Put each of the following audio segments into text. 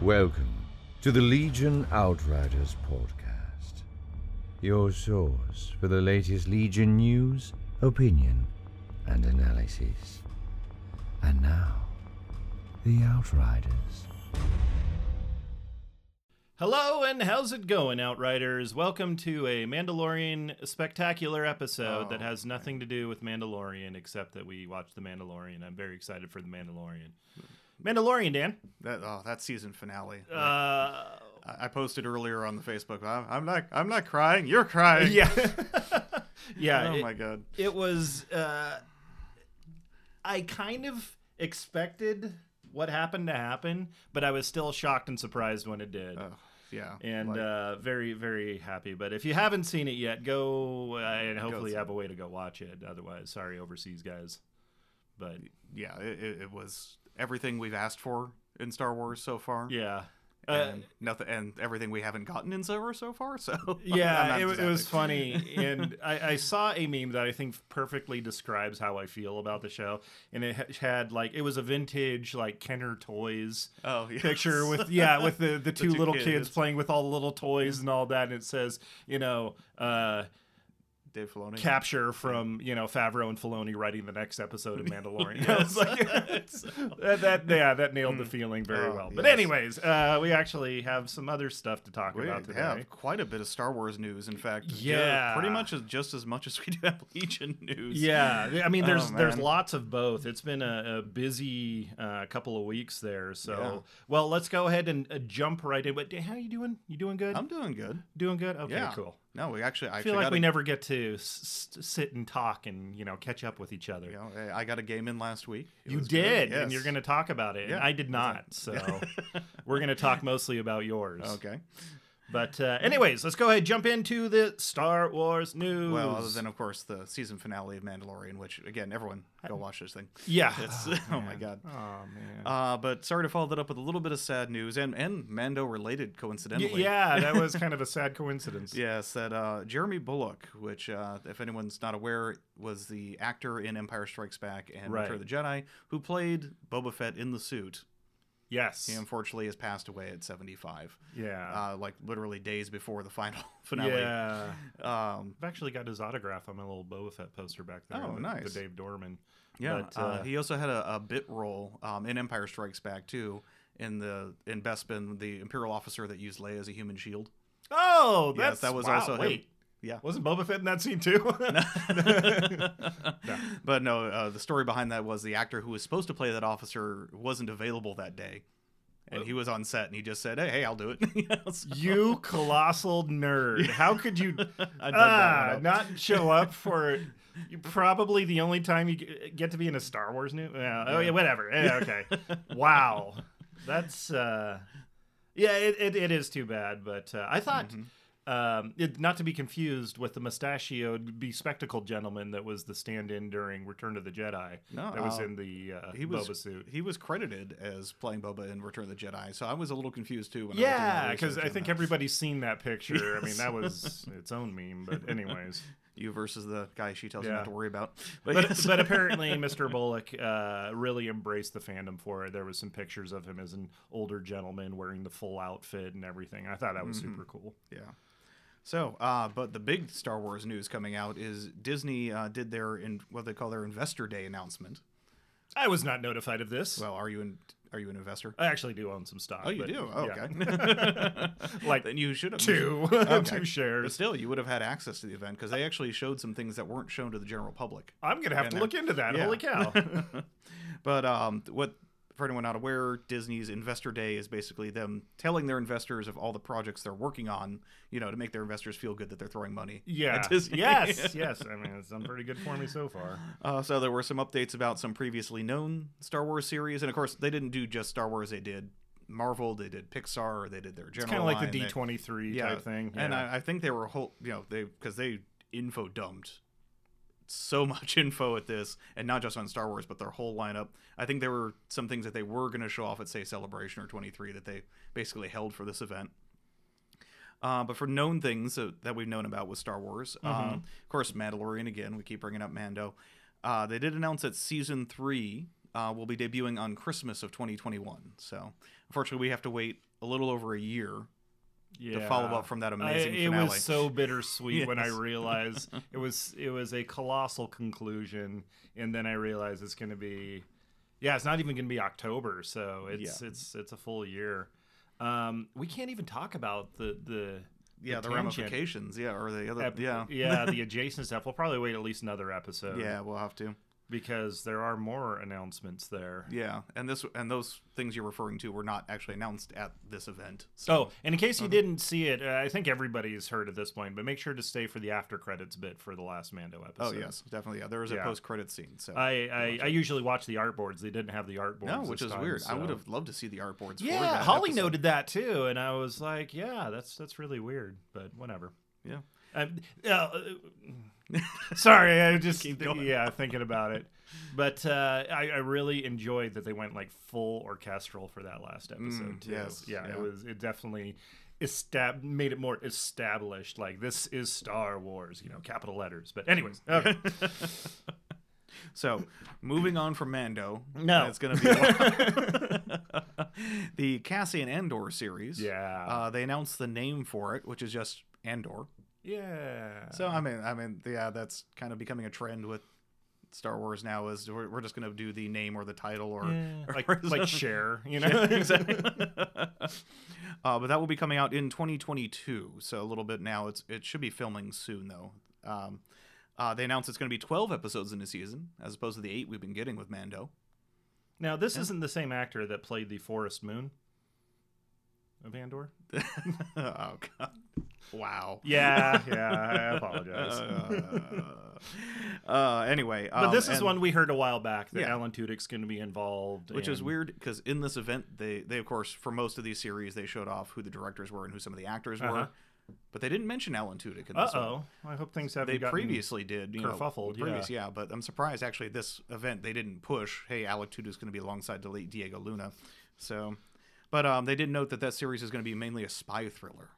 Welcome to the Legion Outriders podcast, your source for the latest Legion news, opinion, and analysis. And now, the Outriders. Hello and how's it going, Outriders? Welcome to a Mandalorian spectacular episode Oh, that has nothing to do with Mandalorian except that we watched The Mandalorian. I'm very excited for The Mandalorian. Mandalorian, Dan. That oh, that season finale. Uh, I I posted earlier on the Facebook. I'm, I'm not. I'm not crying. You're crying. yeah, yeah. Oh it- my god. it was uh i kind of expected what happened to happen but i was still shocked and surprised when it did Oh, yeah. and like, uh very very happy but if you haven't seen it yet go uh, and hopefully see have a way to go watch it otherwise sorry overseas guys but yeah, it, it, it was everything we've asked for in Star Wars so far. yeah uh, And nothing. And everything we haven't gotten in Star Wars so far. So I'm yeah not it, wa- it was ecstatic. funny and I, I saw a meme that i think perfectly describes how i feel about the show and it ha- had like it was a vintage like kenner toys Oh, yes. picture with yeah with the, the two two little kids. kids. playing with all the little toys and all that and it says you know uh Dave Filoni. capture from you know Favreau and Filoni writing the next episode of Mandalorian I was like, that, that- yeah that nailed the feeling very Oh, well but yes. anyways uh we actually have some other stuff to talk We about today have quite a bit of Star Wars news. In fact, Yeah. pretty much as, just as much as we do have Legion news. Yeah, I mean, there's Oh, there's man. lots of both. It's been a, a busy uh, couple of weeks there. So, Yeah. well, let's go ahead and uh, jump right in. But how you doing? You doing good? I'm doing good. doing good. Okay, yeah, cool. No, we actually. I I feel actually like got we a- never get to s- s- sit and talk and you know catch up with each other. You know, hey, I got a game in last week. It You was good, did, and you're yes. going to talk about it. And Yeah, I did not, so we're going to talk mostly about yours. Okay. But uh, anyways, let's go ahead and jump into the Star Wars news. Well, other than of course the season finale of Mandalorian, which again, everyone go watch this thing. yeah, It's oh, my god. oh man, Uh, but sorry to follow that up with a little bit of sad news and and Mando Y- related coincidentally. yeah, that was kind of a sad coincidence. Yes, that uh, Jeremy Bullock, which, uh, if anyone's not aware, was the actor in Empire Strikes Back and Right. Return of the Jedi, who played Boba Fett in the suit. Yes. He unfortunately has passed away at 75, Yeah. uh, like literally days before the final finale. yeah. Um, I've actually got his autograph on my little Boba Fett poster back there. Oh, the, nice. The Dave Dorman. Yeah, But, uh, uh, he also had a, a bit role um, in Empire Strikes Back too, in the in Bespin, the Imperial officer that used Leia as a human shield. Oh, that's, Yes, that was wow, also him. wait. Yeah. Wasn't Boba Fett in that scene too? But no, uh, the story behind that was the actor who was supposed to play that officer wasn't available that day, and he was on set, and he just said, "Hey, hey I'll do it." Yes. You colossal nerd. How could you I dug that ah, one up. not show up for you- probably the only time you g- get to be in a Star Wars new? Yeah, Oh, yeah, whatever. Yeah, okay. wow. That's, uh, yeah, it, it, it is too bad, but uh, I thought. Mm-hmm. Um, it, not to be confused with the mustachioed, bespectacled gentleman that was the stand-in during Return of the Jedi. No, that was uh, in the uh, He was Boba suit. he was credited as playing Boba in Return of the Jedi, so I was a little confused too. When Yeah, I was doing my because research I on think that. everybody's seen that picture. I mean, that was its own meme. But anyways, you versus the guy she tells Yeah. you not to worry about. but, yes. but apparently Mr. Bullock uh, really embraced the fandom for it. There was some pictures of him as an older gentleman wearing the full outfit and everything. I thought that Mm-hmm. was super cool. Yeah. So, uh, but the big Star Wars news coming out is Disney uh, did their in what they call their Investor Day announcement. I was not notified of this. Well, are you in? Are you an investor? I actually do own some stock. Oh, you but- do. Oh, yeah. okay. like then you should have two, Okay. two But shares. still, you would have had access to the event because they actually showed some things that weren't shown to the general public. I'm gonna have to Yeah, look into that. yeah. Holy cow! But um, what for anyone not aware, Disney's Investor Day is basically them telling their investors of all the projects they're working on, you know, to make their investors feel good that they're throwing money. at Yeah. Disney. Yes. Yes. I mean, it's done pretty good for me so far. Uh, so there were some updates about some previously known Star Wars series, and of course they didn't do just Star Wars. They did Marvel, they did Pixar, they did their general. It's kind of like the line, they- D23 yeah, type thing. And Yeah. I, I think they were whole, you know, they because they info dumped so much info at this, and not just on Star Wars, but their whole lineup. I think there were some things that they were going to show off at say Celebration or 23 that they basically held for this event. Uh, but for known things that, that we've known about with Star Wars, Mm-hmm. um, of course, Mandalorian again. We keep bringing up Mando. Uh, they did announce that season three uh, will be debuting on Christmas of 2021. So unfortunately, we have to wait a little over a year yeah. to follow up from that amazing I, it finale. was so bittersweet when I Yes. realized it was it was a colossal conclusion, and then I realized it's going to be, yeah, it's not even going to be October, so it's it's it's a full year. Um, we can't even talk about the the yeah, the, tangent ramifications. Yeah, or the other. ep- yeah, yeah the adjacent stuff. We'll probably wait at least another episode, yeah, we'll have to. because there are more announcements there. Yeah, and this and those things you're referring to were not actually announced at this event. Oh, and in case you didn't see it, uh, I think everybody's heard at this point, but make sure to stay for the after credits bit for the last Mando Oh episode. yes, definitely. Yeah, there was a Yeah. post-credit scene. So I, I, I usually watch the art boards. They didn't have the art boards. no, which this is time, weird. I so- would have loved to see the art boards. for Yeah, that Holly episode. noted that too, and I was like, yeah, that's that's really weird, but whatever. Yeah, Um, uh, sorry, I just Keep going. yeah thinking about it, but uh, I, I really enjoyed that they went like full orchestral for that last episode Mm, too. yes, yeah, yeah. it was it definitely estab- made it more established. Like this is Star Wars, you know, capital letters. But anyways, Mm, okay. So, moving on from Mando, No. it's going to be the Cassian Andor series. yeah, uh, they announced the name for it, which is just Andor. yeah. So I mean, I mean, yeah, that's kind of becoming a trend with Star Wars now. Is we're, we're just going to do the name or the title or, or like like share, you know. exactly. uh, but that will be coming out in 2022, so a little bit now. It's it should be filming soon though. Um, uh, they announced it's going to be 12 episodes in a season, as opposed to the eight we've been getting with Mando. Now this isn't the same actor that played the Forest Moon of Andor. oh God! Wow. Yeah, yeah. I apologize. Uh, uh, anyway, but um, this is and- one we heard a while back that Yeah. Alan Tudyk's going to be involved, which is and- weird because in this event they they of course for most of these series they showed off who the directors were and who some of the actors Uh-huh. were but they didn't mention alan tudyk in Uh this one oh, I hope things haven't. they gotten- previously did you know kerfuffled, previous, yeah. but i'm surprised actually this event they didn't push hey alan tudyk's going to be alongside the late diego luna so but um, they did note that that series is going to be mainly a spy thriller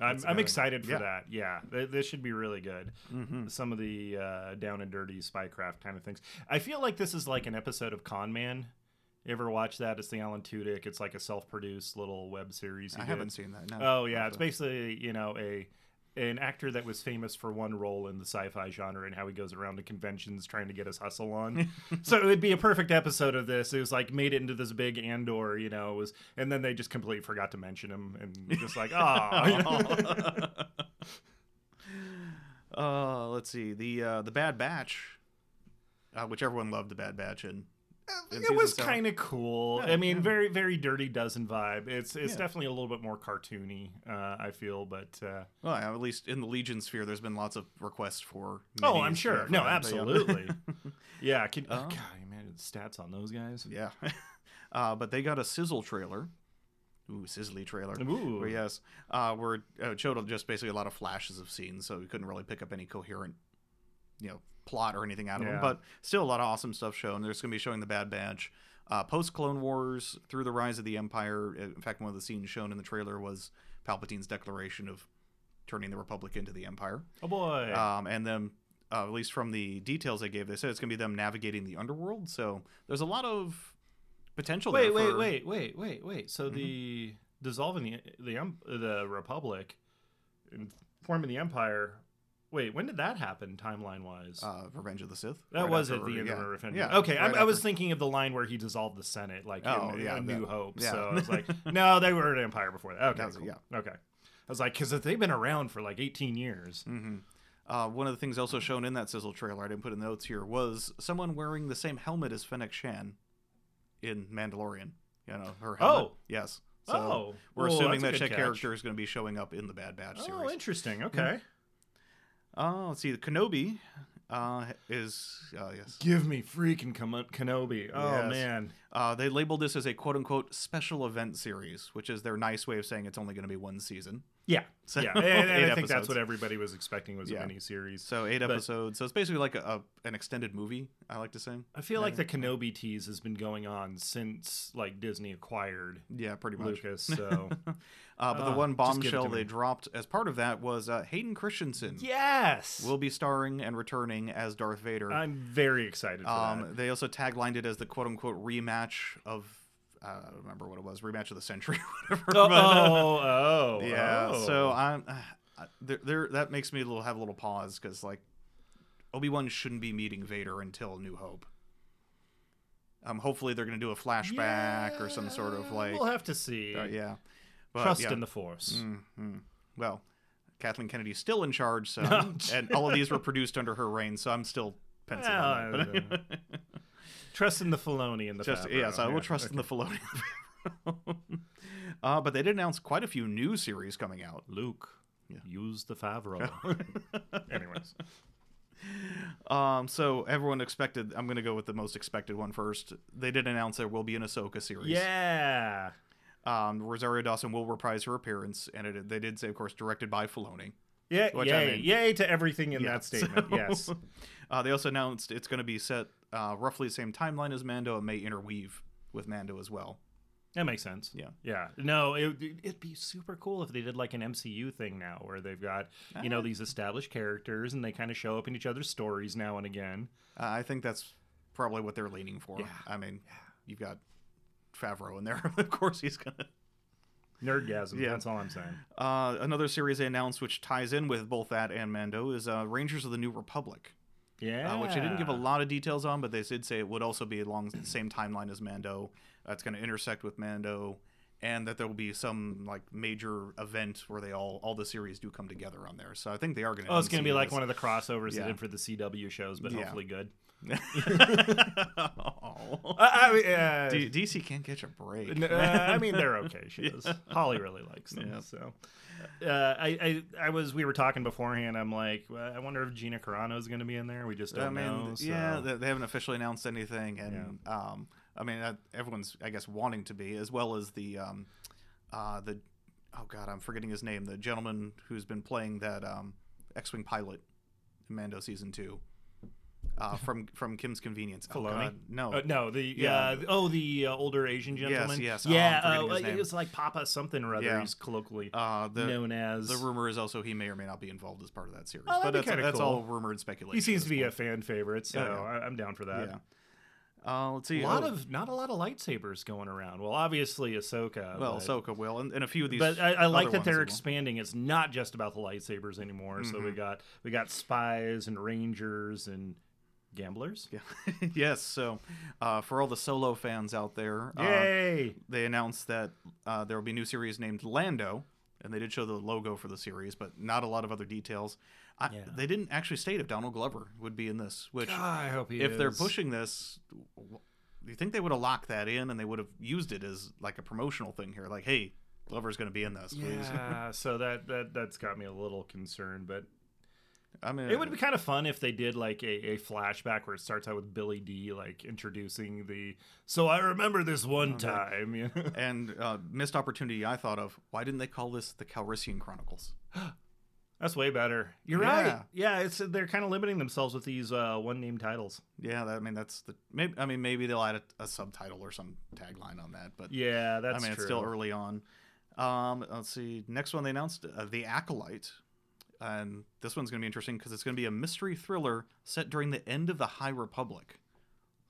I'm, I'm another- excited for yeah. that. Yeah, Th- this should be really good. mm-hmm. Some of the uh, down and dirty spycraft kind of things. I feel like this is like an episode of Con Man. You ever watch that? It's the Alan Tudyk. It's like a self-produced little web series. he i did. haven't seen that no Oh yeah, it's Actually. basically you know a an actor that was famous for one role in the sci-fi genre and how he goes around to conventions trying to get his hustle on. so it would be a perfect episode of this. It was like made it into this big Andor, you know, it was and then they just completely forgot to mention him and just like, oh, uh, let's see the uh, the bad batch uh, which everyone loved the bad batch and in it season was seven. kind of cool. Yeah, I mean, yeah. very very dirty dozen vibe. It's it's Yeah. definitely a little bit more cartoony, uh, I feel, but uh, Well, yeah, at least in the Legion sphere, there's been lots of requests for. Oh, I'm minis, yeah, sure. for No, that, but yeah. absolutely. Uh-huh. yeah, can, Oh. God, man, stats on those guys. Yeah, uh, but they got a sizzle trailer. Ooh, sizzly trailer. Ooh. Where, yes, uh, where uh, it showed just basically a lot of flashes of scenes, so we couldn't really pick up any coherent, you know, plot or anything out of Yeah. them. But still, a lot of awesome stuff shown. There's going to be showing the Bad Batch, uh, post Clone Wars, through the rise of the Empire. uh, In fact, one of the scenes shown in the trailer was Palpatine's declaration of turning the Republic into the Empire. Oh boy. Um, and then, uh, at least from the details they gave, they said it's going to be them navigating the underworld. So there's a lot of potential. wait, there wait, for- Mm-hmm. wait, wait, wait, wait. So the dissolving the the um, the republic and forming the empire. Wait, when did that happen timeline wise? Uh, Revenge of the Sith. that Right was after at the Re- end yeah. of Revenge. Yeah, okay, right I, I was after. thinking of the line where he dissolved the Senate, like Oh, in, yeah, in New that- Hope. yeah. So I was like, no, they were an empire before that. Okay, That was- cool. yeah. okay. I was like, because they've been around for like 18 years. Mhm. Uh, one of the things also shown in that sizzle trailer, I didn't put in the notes here, was someone wearing the same helmet as Fennec Shan in Mandalorian. You know, her helmet. Oh. Yes. So oh, We're well, assuming that's a good that that catch. character is going to be showing up in the Bad Batch series. Oh, interesting. Mm-hmm. Okay, Oh, let's see. Kenobi uh, is. Uh, yes. give me freaking Kenobi. Oh Yes. man, Uh, they labeled this as a quote unquote special event series, which is their nice way of saying it's only going to be one season. Yeah, So, yeah, and, and I eight think that's episodes. what everybody was expecting was Yeah. a miniseries. So eight But- episodes. So it's basically like a, a an extended movie. I like to say. I feel like the Kenobi tease has been going on since like Disney acquired Yeah, pretty much. Lucas. So Uh, but the Ah, one just give it to bombshell me. they dropped as part of that was uh, Hayden Christensen yes, will be starring and returning as Darth Vader. I'm very excited for Um, they also taglined it as the quote unquote rematch of. Uh, I don't remember what it was. Rematch of the century, or whatever. that. Oh, but, uh, oh, oh, yeah. oh. So I'm uh, there. There that makes me a little have a little pause because like Obi Wan shouldn't be meeting Vader until New Hope. Um, hopefully they're gonna do a flashback or some sort of Yeah, like We'll have to see. uh, yeah. But, Trust yeah. in the Force. Mhm. Well, Kathleen Kennedy's still in charge, so No. and all of these were produced under her reign, so I'm still penciling. Well, it, but- uh, trust in the Filoni and the just Favreau. yeah, so I will trust in the Filoni. uh, but they did announce quite a few new series coming out. Luke. Yeah. Use the Favreau. Anyways, Um, so everyone expected. I'm gonna go with the most expected one first. They did announce there will be an Ahsoka series. yeah. Um, Rosario Dawson will reprise her appearance, and it, they did say, of course, directed by Filoni. Yeah, Which I yay, mean- yay to everything in Yeah, that statement. so- Yes. Uh, they also announced it's going to be set uh, roughly the same timeline as Mando and may interweave with Mando as well. That makes sense. Yeah. Yeah. No, it, it'd be super cool if they did like an MCU thing now where they've got, you Ah. know, these established characters and they kind of show up in each other's stories now and again. Uh, I think that's probably what they're leaning for. Yeah. I mean, you've got Favreau in there. of course, he's going to. Nerdgasm. Yeah. That's all I'm saying. Uh, another series they announced, which ties in with both that and Mando, is uh, Rangers of the New Republic, Yeah. uh, which they didn't give a lot of details on, but they did say it would also be along the same timeline as Mando. Uh, it's going to intersect with Mando, and that there will be some like major event where they all all the series do come together on there. So I think they are going to. Oh, it's going to be like one of the crossovers Yeah. they did for the CW shows, but Yeah. hopefully good. Aw. I, mean, uh, D- DC can't catch a break. N- uh, I mean, they're okay. She is. Holly really likes them. Yeah. So, uh, I, I, I was. We were talking beforehand. I'm like, well, I wonder if Gina Carano is going to be in there. We just I don't mean, know. So. yeah, they, they haven't officially announced anything, and um, I mean, uh, everyone's I guess wanting to be, as well as the um, uh, the oh god, I'm forgetting his name, the gentleman who's been playing that um, X-wing pilot in Mando season two. Uh, from from Kim's Convenience. Oh, Filoni? God, no, Uh, no, the Yeah. uh, th- oh, the uh, older Asian Yes, gentleman. yes, oh, I'm Yeah, forgetting uh, his name. it was like Papa something or other. Yeah. He's colloquially uh, the known as. the rumor is also he may or may not be involved as part of that series. Oh, that'd but be that's, kinda that's all cool. rumor and speculation. he at seems this to be a point. fan favorite, so Yeah, yeah. I, I'm down for that. Yeah. Uh, let's see. A lot oh, of not a lot of lightsabers going around. Well, obviously Ahsoka. well, but- Ahsoka will, and, and a few of these. But I, I like other that they're ones as well. Mm-hmm. expanding. It's not just about the lightsabers anymore. So we got we got spies and rangers and gamblers. Yeah. yes. So, uh, for all the solo fans out there, Um, uh, Yay! they announced that uh, there will be a new series named Lando, and they did show the logo for the series, but not a lot of other details. I, Yeah. They didn't actually state if Donald Glover would be in this, which God, I hope he if they're is. pushing this w- do you think they would have locked that in and they would have used it as like a promotional thing here like hey glover's going to be in this please Yeah, so that that that's got me a little concerned, but i mean it would be kind of fun if they did like a, a flashback where it starts out with Billy D like introducing the. So I remember this one Mm-hmm. time. You know? and uh, missed opportunity i thought of why didn't they call this the calrissian chronicles That's way better. You're Yeah. right. Yeah, it's they're kind of limiting themselves with these uh, one name titles. yeah that, i mean that's the maybe i mean maybe they'll add a, a subtitle or some tagline on that but Yeah, that's i mean true. it's still early on um let's see next one they announced uh, the acolyte and this one's going to be interesting because it's going to be a mystery thriller set during the end of the high republic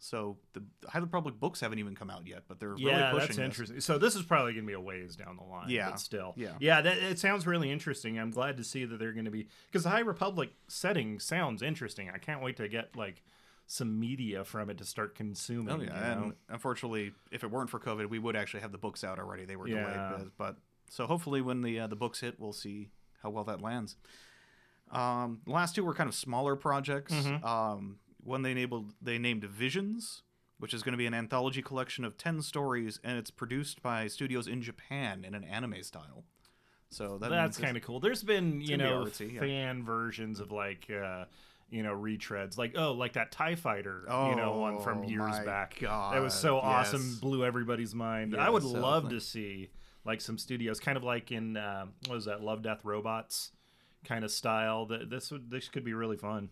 so the, the high republic books haven't even come out yet but they're yeah, really that's pushing this. interesting. So this is probably going to be a ways down the line. Yeah, but still. yeah. yeah. That it sounds really interesting. I'm glad to see that they're going to be because the High Republic setting sounds interesting. I can't wait to get like some media from it to start consuming. Oh, you yeah, and know? unfortunately if it weren't for covid we would actually have the books out already they were Yeah. delayed but, but so hopefully when the uh, the books hit we'll see how well that lands um the last two were kind of smaller projects Mm-hmm. um one they enabled they named visions which is going to be an anthology collection of 10 stories and it's produced by studios in japan in an anime style so that that's kind of cool. There's been you gonna be know artsy, yeah. fan versions of like. Uh, you know retreads like oh like that tie fighter you know one from Oh, years my back God, that was so awesome yes. blew everybody's mind Yeah, i would so love fun. to see like some studios kind of like in um what was that love death robots kind of style that this would this could be really fun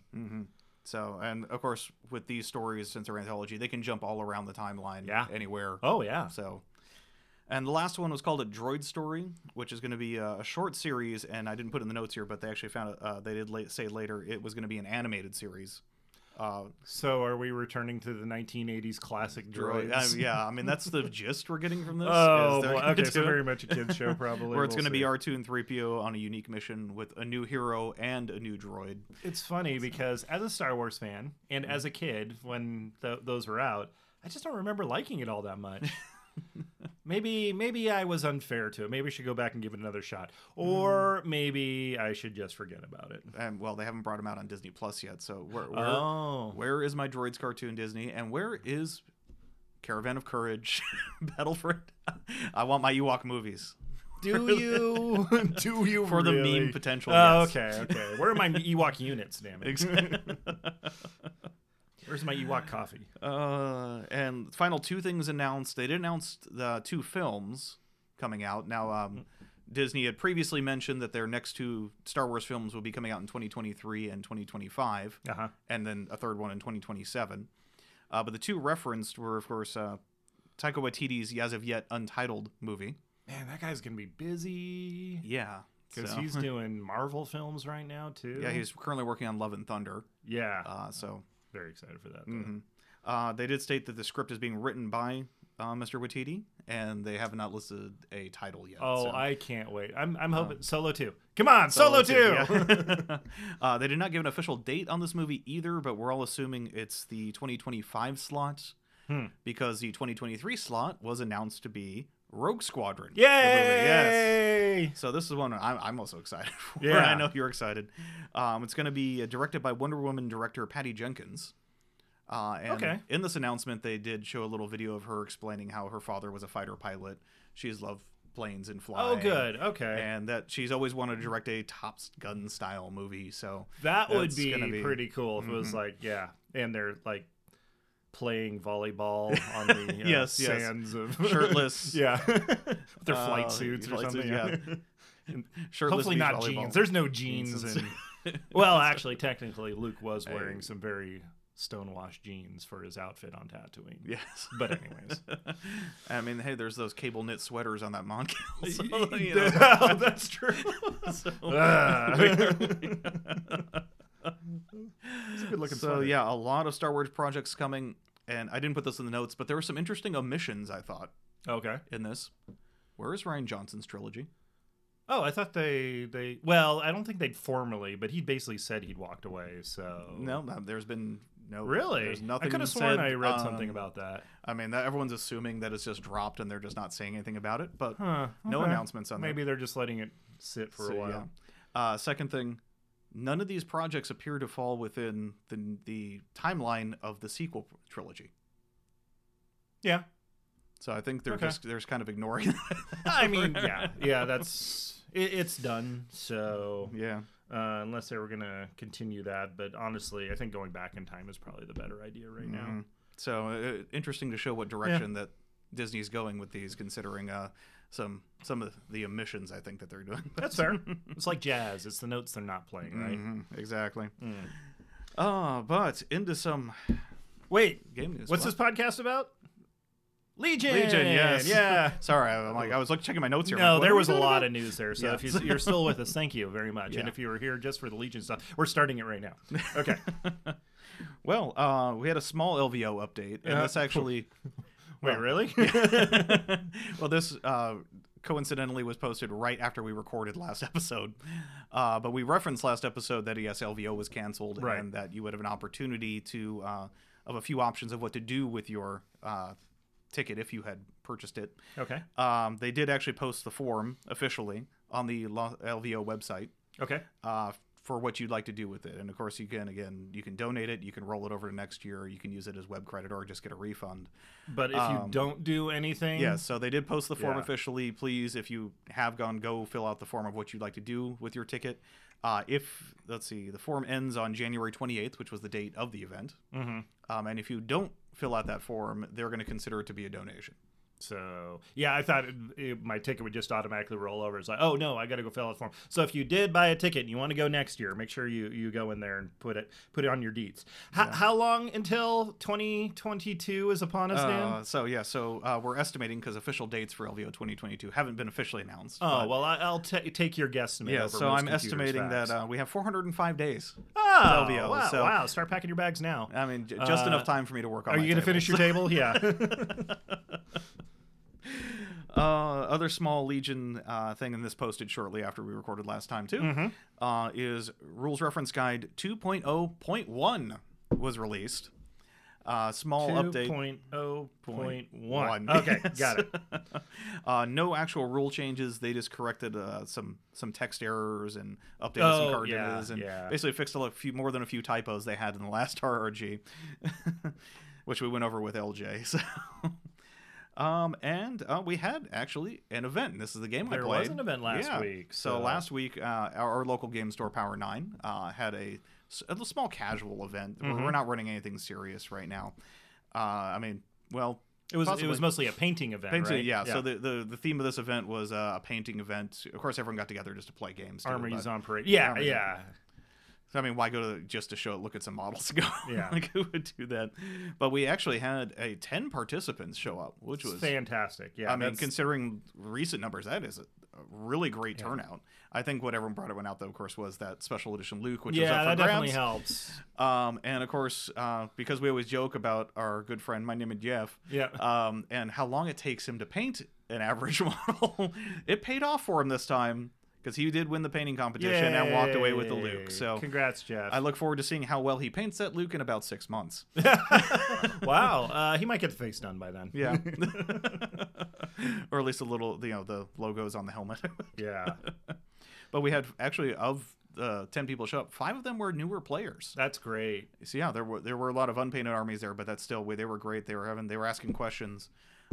So, and of course, with these stories, since they're anthology, they can jump all around the timeline, Yeah. anywhere. oh yeah So, and the last one was called a droid story, which is going to be a, a short series. And I didn't put in the notes here, but they actually found uh, they did late, say later it was going to be an animated series. Uh, so are we returning to the 1980s classic droids droid, I- yeah, I mean that's the gist we're getting from this. oh is they're boy. gonna okay so do- very much a kids show probably where it's We'll going to be see. R2 and 3PO on a unique mission with a new hero and a new droid. It's funny because as a Star Wars fan and Mm-hmm. as a kid when th- those were out, I just don't remember liking it all that much. maybe maybe I was unfair to it. Maybe I should go back and give it another shot, Mm. or maybe I should just forget about it. And well, they haven't brought him out on Disney Plus yet, so where where, Oh. where is my droids cartoon Disney and where is Caravan of Courage, Battlefront? I want my Ewok movies Do you? Do you for the really? meme potential. Oh, yes. okay, okay. Where are my Ewok units? Damn it! Exactly. Where's my Ewok coffee? Uh, and final two things announced. They did announce the two films coming out. Now, um, Disney had previously mentioned that their next two Star Wars films will be coming out in 2023 and 2025, Uh huh. and then a third one in 2027. Uh, but the two referenced were, of course, uh, Taika Waititi's as of yet untitled movie. Man, that guy's gonna be busy Yeah, because so- he's doing Marvel films right now too. yeah he's currently working on Love and Thunder. yeah. Uh, so Very excited for that. though. mhm. uh, they did state that the script is being written by uh, Mr. Waititi, and they have not listed a title yet. Oh, so. Um, I can't wait. I'm I'm hoping Solo 2. Come on, Solo, 2. yeah. uh, they did not give an official date on this movie either, but we're all assuming it's the 2025 slot Hmm. because the 2023 slot was announced to be Rogue Squadron. the movie, Yes. Yay! So this is one I'm, I'm also excited for. Yeah. I know you're excited. Um, it's going to be uh, directed by Wonder Woman director Patty Jenkins. Uh, and Okay. in this announcement, they did show a little video of her explaining how her father was a fighter pilot. She's loved planes and Oh, flying good. Okay. and that she's always wanted to direct a Top Gun style movie. So that would that's be, gonna be- mm-hmm. pretty cool if it was like, yeah, and they're like playing volleyball on the uh, Yes, yes. sands of shirtless, yeah, With their uh, flight suits or flight something. suits, yeah. shirtless Hopefully beach not volleyball. jeans. There's no jeans. Jeans in... well, actually, technically, Luke was wearing some very stonewashed jeans for his outfit on tattooing. yes. But anyways. I mean, hey, there's those cable knit sweaters on that Monkel. So, you know. Oh, that's true. So- good looking so yeah, a lot of Star Wars projects coming, and I didn't put this in the notes, but there were some interesting omissions I thought Okay. in this. Where is Ryan Johnson's trilogy? Oh, I thought they they well, I don't think they'd formally, but he basically said he'd walked away. So No, no, there's been no. really, there's nothing. I could have sworn said, I read um, something about that. I mean, that, everyone's assuming that it's just dropped and they're just not saying anything about it, but Huh, no okay. announcements on that. Maybe they're just letting it sit for So, a while. yeah. Uh, second thing, none of these projects appear to fall within the, the timeline of the sequel trilogy. Yeah, So I think they're Okay. just they're just kind of ignoring. that. I mean, yeah, yeah. That's it, it's done. So yeah. uh, unless they were gonna continue that, but honestly, I think going back in time is probably the better idea right now. Mhm. So uh, interesting to show what direction that Disney's going with these, considering uh, some some of the omissions I think that they're doing. That's fair. Mm-hmm. it's like jazz. It's the notes they're not playing, right? Mhm, exactly. Uh, but into some Wait, game news. What's What? this podcast about? Legion. Legion, yes. Yeah. Sorry, I'm like I was like checking my notes here. No, like, there what was a are we lot talking of news there. So Yeah. if you, you're still with us, thank you very much. And Yeah. if you were here just for the Legion stuff, we're starting it right now. Okay. about? Well, uh, we had a small LVO update, and Uh, this actually, Wait, really? well, this uh, coincidentally was posted right after we recorded last episode. Uh, but we referenced last episode that yes, LVO was canceled, Right. and that you would have an opportunity to uh, of a few options of what to do with your uh, ticket if you had purchased it. okay. Um, they did actually post the form officially on the Lo- LVO website. Okay. uh, for what you'd like to do with it. And of course, you can again, you can donate it, you can roll it over to next year, you can use it as web credit, or just get a refund. But if you Um, don't do anything, Yeah, so they did post the form Mm-hmm. Yeah. officially. Please, if you have gone, go fill out the form of what you'd like to do with your ticket. Uh, if let's see, the form ends on January 28th, which was the date of the event. Mm-hmm. Um, and if you don't fill out that form, they're going to consider it to be a donation. So yeah, I thought it, it- my ticket would just automatically roll over. It's like, oh no, I got to go fill out the form. So if you did buy a ticket and you want to go next year, make sure you you go in there and put it put it on your deets. How how long until 2022 is upon us, Dan? Uh, so yeah, so uh, we're estimating because official dates for LVO 2022 haven't been officially announced. oh but- well, I, I'll ta take your guesstimate. uh, yeah. over So most I'm computers' estimating that facts. uh, we have 405 days. oh LVO, wow, so- wow, start packing your bags now. I mean, j- just Uh, enough time for me to work on. Are my you gonna table. finish your table? Yeah. Uh, other small Legion uh, thing, and this posted shortly after we recorded last time too, Mm-hmm. uh, is Rules Reference Guide 2.0.1 was released. Uh, small update. 2.0.1. One. Okay, got it. uh, no actual rule changes. They just corrected uh, some some text errors and updated Oh, some card yeah, images and yeah. basically fixed a lo- few more than a few typos they had in the last RRG, which we went over with LJ. So. Um and uh, we had actually an event. This is the game There I was played. an event last week, So, so- last week, uh, our, our local game store Power Nine uh, had a, s- a small casual event. We're- Mm-hmm. We're not running anything serious right now. Uh, I mean, well, It was it possibly. was mostly a painting event, Painting, right? yeah. So the, the the theme of this event was uh, a painting event. Of course, everyone got together just to play games. Too, Armory's but- on parade. Yeah, Armory's on yeah. So, I mean, why go to just to show look at some models and go? Yeah. like who would do that? But we actually had a ten participants show up, which It's was fantastic. Yeah, I mean, that's- considering recent numbers, that is a a really great turnout. I think what everyone brought everyone out though, of course, was that special edition Luke, which was yeah, up for that definitely grabs. helps. Um, and of course, uh, because we always joke about our good friend, my name is Jeff. Yeah. Um, and how long it takes him to paint an average model, it paid off for him this time because he did win the painting competition and walked away with the Yay. Luke. So congrats, Jeff. I look forward to seeing how well he paints that Luke in about six months. wow, uh, he might get the face done by then. Yeah. or at least a little, you know, the logos on the helmet. yeah, but we had actually of uh, ten people show up, five of them were newer players. that's great. so yeah, there were there were a lot of unpainted armies there, but that's still they were great. They were having they were asking questions.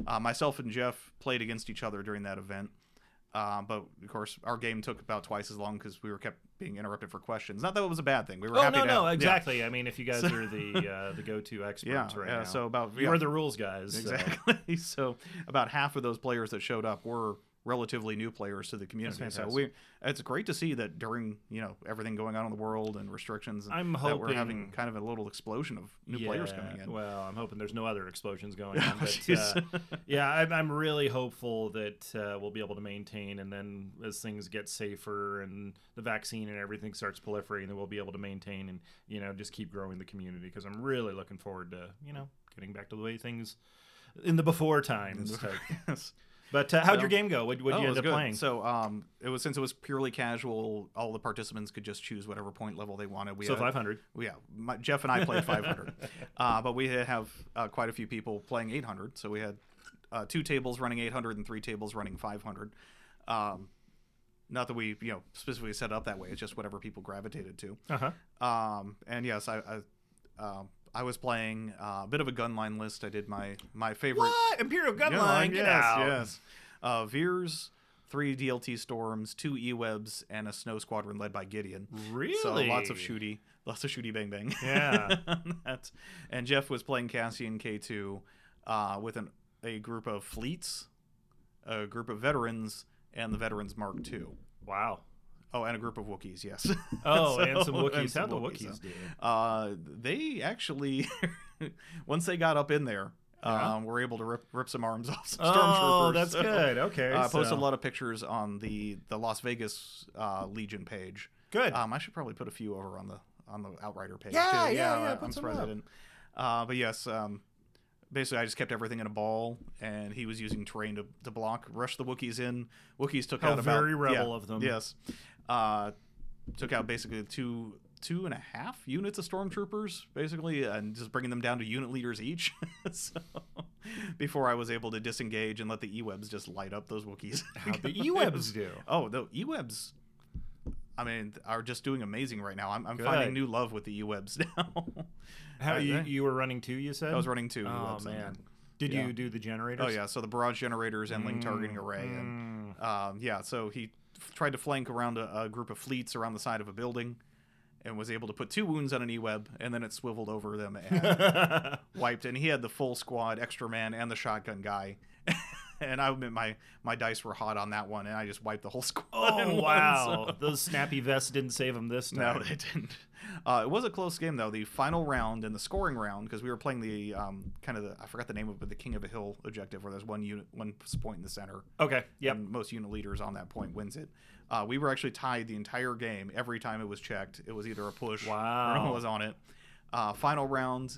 Uh, myself and Jeff played against each other during that event, uh, but of course our game took about twice as long because we were kept being interrupted for questions. Not that it was a bad thing. We were Oh happy no, to no, have- exactly. I mean, if you guys are the uh, the go-to experts Yeah, yeah, right yeah, now, so about you yeah, are the rules guys. so- exactly. So. about half of those players that showed up were relatively new players to the community. So fantastic. we it's great to see that during you know everything going on in the world and restrictions, I'm that we're having hoping- kind of a little explosion of new players Yeah, coming in. Oh, Well, I'm hoping there's no other explosions going on. But, jeez. uh, yeah, I'm, I'm really hopeful that uh, we'll be able to maintain, and then as things get safer and the vaccine and everything starts proliferating, that we'll be able to maintain and you know just keep growing the community because I'm really looking forward to you know getting back to the way things in the before times. type. yes. But uh, how'd So- your game go? What would Oh, you it end was up good. playing? So um, it was since it was purely casual, all the participants could just choose whatever point level they wanted. We so had- 500. Yeah, my, Jeff and I played 500, uh, but we did have uh, quite a few people playing 800. So we had uh, two tables running 800 and three tables running 500. Um, not that we you know specifically set it up that way. It's just whatever people gravitated to. Uh huh. Um, and yes, I. I um, I was playing uh, a bit of a gunline list. I did my my favorite. What Imperial Gunline? Gunline, Get yes, out. Yes. Uh, Veers, three DLT storms, two E webs, and a snow squadron led by Gideon. Really? So lots of shooty, lots of shooty bang bang. Yeah. That's, and Jeff was playing Cassian K2 uh, with an, a group of fleets, a group of veterans, and the veterans Mark II. wow. Oh, and a group of Wookiees, yes. Oh, So- and some Wookiees. and some How'd the Wookiees, Wookiees so. do? Uh, they actually, once they got up in there, Yeah. um, were able to rip, rip some arms off some stormtroopers. Oh, that's so- good. Okay. uh, I posted so- a lot of pictures on the the Las Vegas uh, Legion page. Good. Um, I should probably put a few over on the on the Outrider page. Yeah, too. yeah, yeah, I- put some I'm surprised I up. didn't. Uh, but yes, um, basically I just kept everything in a ball, and he was using terrain to, to block, rush the Wookiees in. Wookiees took How out about very rebel yeah, of them. Yes, uh, took out basically two two and a half units of stormtroopers basically and just bringing them down to unit leaders each so, before i was able to disengage and let the e-webs just light up those wookiees How'd the Ewebs do? Oh, the E-webs, I mean, are just doing amazing right now. I'm, I'm finding Good. new love with the E-webs now. How Uh, you, they- you were running two? You said I was running two Oh E-webs. on man, there. did Yeah. you do the generators? Oh, yeah. So the barrage generators and link targeting array. And, Mm. um, yeah, so he f- tried to flank around a, a group of fleets around the side of a building and was able to put two wounds on an E-web, and then it swiveled over them and wiped. And he had the full squad, extra man, and the shotgun guy. and I admit my my dice were hot on that one, and I just wiped the whole squad. in Oh one, wow! so- Those snappy vests didn't save him this no, time. they didn't. Uh, it was a close game though. The final round and the scoring round, because we were playing the um, kind of the I forgot the name of it, but the King of a Hill objective, where there's one unit, one point in the center. okay. Yep. And most unit leaders on that point wins it. Uh, we were actually tied the entire game. Every time it was checked, it was either a push or Wow. no was on it. Uh, final round,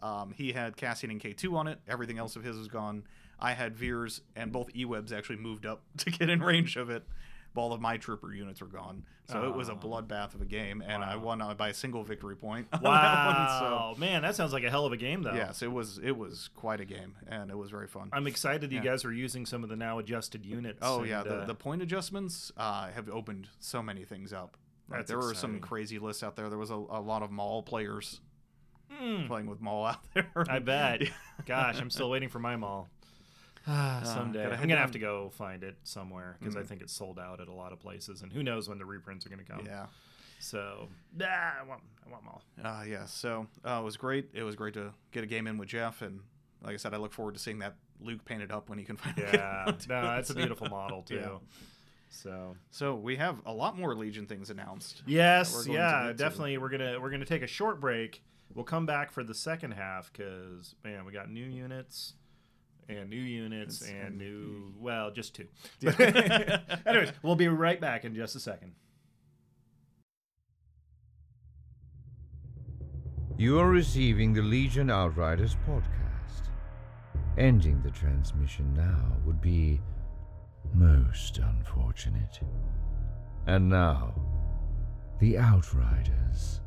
um, he had Cassian and K2 on it. Everything else of his was gone. I had Veers, and both E-webs actually moved up to get in range of it. But all of my trooper units were gone. So it was a Oh. bloodbath of a game, and I won uh, by a single victory point. on that one, so- Wow, man, that sounds like a hell of a game, though. Yes, it was it was quite a game, and it was very fun. I'm excited you Yeah. guys are using some of the now adjusted units. Oh and, yeah, the, uh, the point adjustments uh, have opened so many things up. Like, That's there were some exciting. crazy lists out there. There was a, a lot of mall players Mm, playing with mall out there. I bet. Yeah. Gosh, I'm still waiting for my mall. Ah, someday gotta I'm head gonna have down. Mm. to go find it somewhere because I think it's sold out at a lot of places, and who knows when the reprints are gonna come. Yeah. So, ah, I want, I want mall. Uh, yeah. So uh, it was great. It was great to get a game in with Jeff, and like I said, I look forward to seeing that Luke painted up when he can finally. get Yeah, no, around to it. that's a beautiful model too. Yeah. So So we have a lot more Legion things announced. Yes, we're going to yeah, get to. definitely. We're gonna we're gonna take a short break. We'll come back for the second half because man, we got new units and new units It's- and new well, just two. Anyways, we'll be right back in just a second. You are receiving the Legion Outriders podcast. Ending the transmission now would be most unfortunate. And now, the Outriders.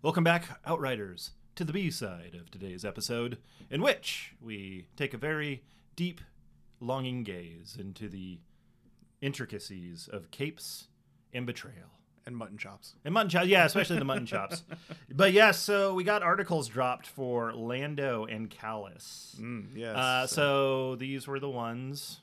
Welcome back, Outriders, to the B side of today's episode, in which we take a very deep, longing gaze into the intricacies of capes and betrayal. And mutton chops. And mutton chops, yeah, especially the mutton chops. But yeah, so we got articles dropped for Lando and Callus. Mm, yes. Uh, so these were the ones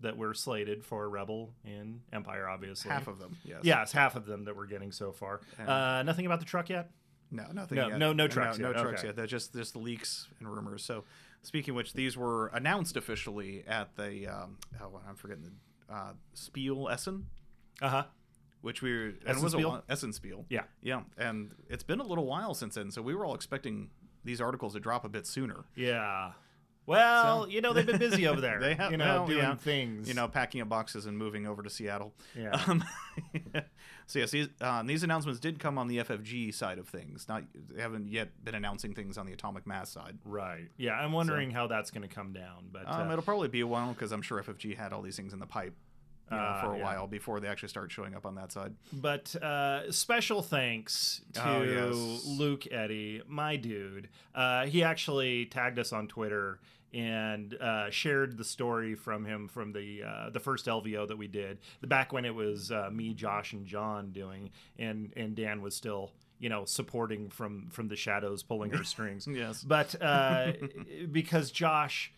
that were slated for Rebel and Empire, obviously. half of them. Yes. yes, half of them that we're getting so far. Uh, nothing about the truck yet. No, nothing. No, yet. no- no trucks No, yet. no trucks Okay. yet. That's just just the leaks and rumors. So, speaking of which, these were announced officially at the um, oh, well, I'm forgetting the uh, Spiel Essen, Uh huh. which we were, and it was a Essenspiel? while- Essenspiel. Yeah. yeah, and it's been a little while since then. So we were all expecting these articles to drop a bit sooner. Yeah. Well, you know they've been busy over there. They have, you know well, doing yeah. things. You know, packing up boxes and moving over to Seattle. Yeah. Um, so yes, these, uh, these announcements did come on the FFG side of things. Not they haven't yet been announcing things on the atomic mass side. Right. Yeah. I'm wondering how that's going to come down, but Um, uh, it'll probably be a while because I'm sure FFG had all these things in the pipe you know, Ah, for a yeah. while before they actually start showing up on that side. But uh, special thanks to Oh, yes. Luke Eddy, my dude. Uh, he actually tagged us on Twitter and uh, shared the story from him from the uh, the first LVO that we did, the back when it was uh, me, Josh, and John doing, and and Dan was still you know supporting from from the shadows, pulling her strings. Yes. But uh, because Josh.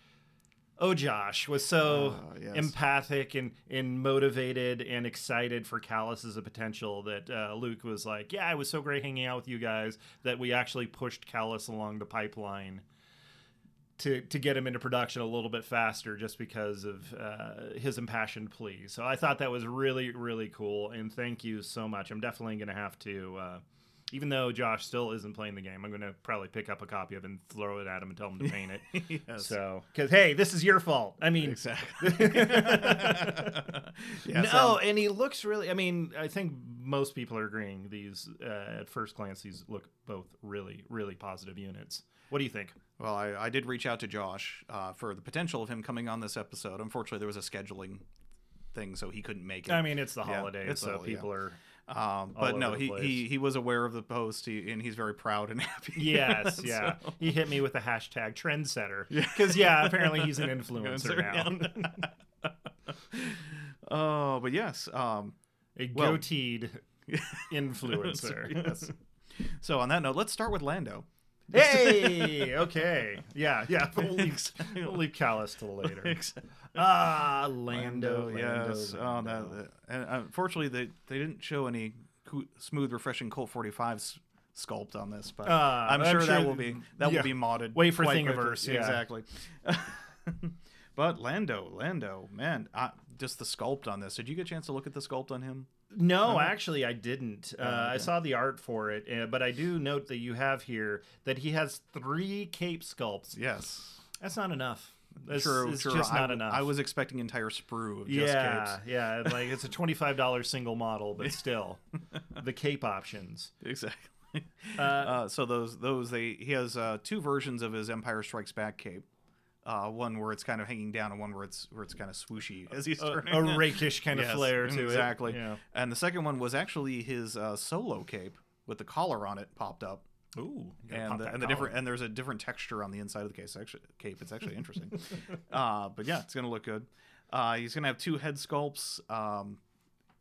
Oh, Josh was so Ah, yes. empathic and, and motivated and excited for Callus as a potential that uh, Luke was like, Yeah, it was so great hanging out with you guys that we actually pushed Callus along the pipeline to, to get him into production a little bit faster just because of uh, his impassioned plea. So I thought that was really, really cool. And thank you so much. I'm definitely going to have to. Uh, even though Josh still isn't playing the game, I'm going to probably pick up a copy of it and throw it at him and tell him to paint it. yes, So, because hey, this is your fault. I mean, exactly. no, yeah, so- and he looks really. I mean, I think most people are agreeing. These uh, at first glance, these look both really, really positive units. What do you think? well, I, I did reach out to Josh uh, for the potential of him coming on this episode. Unfortunately, there was a scheduling thing, so he couldn't make it. I mean, it's the Yeah, holidays, it's so all- yeah. people are. um, all but no, over the he, place. he he was aware of the post, he, and he's very proud and happy. Yes, So- yeah. He hit me with the hashtag trendsetter because yeah, apparently he's an influencer now, Influencer, Oh, but yes. Um, a Well- goateed influencer. yes. So on that note, let's start with Lando. Hey, okay. Yeah, yeah. We'll leave, we'll leave Callus till later. Ah, Lando, Lando, yes. Oh, that, Lando. that- and unfortunately, they they didn't show any coo- smooth, refreshing Colt 45s sculpt on this, but Uh, I'm, I'm sure, sure- that will be that yeah. will be modded. Wait for quite Thingiverse, quickly. yeah. exactly. but Lando, Lando, man, I, just the sculpt on this. Did you get a chance to look at the sculpt on him? No, Oh, actually, I didn't. Uh, I saw the art for it, uh, but I do note that you have here that he has three cape sculpts. Yes. That's not enough. That's true, it's true. just I, not enough. I was expecting entire sprue of just yeah, capes. yeah. Like it's a twenty-five dollar single model, but still, the cape options. Exactly. Uh, Uh, so those those they he has uh, two versions of his Empire Strikes Back cape. Uh, one where it's kind of hanging down, and one where it's where it's kind of swooshy as he's a, turning. a rakish kind of Yes, flair to exactly. it. And the second one was actually his uh, solo cape with the collar on it popped up, Yeah. Ooh. gotta pop and the, that and collar. the different and there's a different texture on the inside of the case actually, cape. It's actually interesting. uh, but yeah, it's gonna look good. Uh, he's gonna have two head sculpts. Um,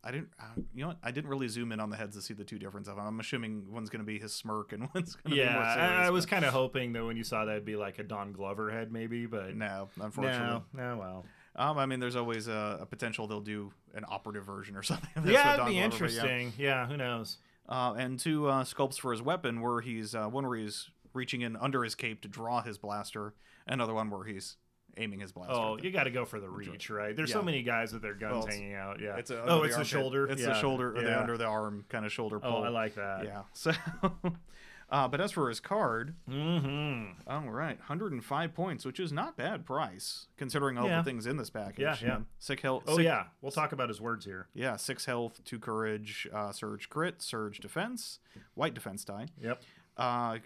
I didn't, uh, you know, what? I didn't really zoom in on the heads to see the two difference of them. I'm assuming one's gonna be his smirk and one's gonna be Yeah, more serious. I, I was but- kind of hoping that when you saw that, it'd be like a Don Glover head, maybe, but No, unfortunately. no, no, well. Um, I mean, there's always a, a potential they'll do an operative version or something. That's what yeah, it'd Don be Glover, but yeah. interesting. Yeah, who knows? Uh, and two uh, sculpts for his weapon, where he's uh, one where he's reaching in under his cape to draw his blaster, another one where he's aiming his blaster. Oh, at you got to go for the reach, right? There's so Yeah. many guys with their Well, guns it's- hanging out. Yeah. the- It's a, oh, under it's the, armpit. shoulder. It's yeah. the shoulder or the yeah. under the arm kind of shoulder pull. Oh, I like that. Yeah. So, uh, but as for his card, Mm-hmm. all right, 105 points, which is not bad price considering all Yeah. the things in this package. Yeah, you yeah. know. Sick health. Oh sick- yeah, we'll talk about his words here. Yeah, six health, two courage, uh, surge crit, surge defense, white defense die. Yep. Uh,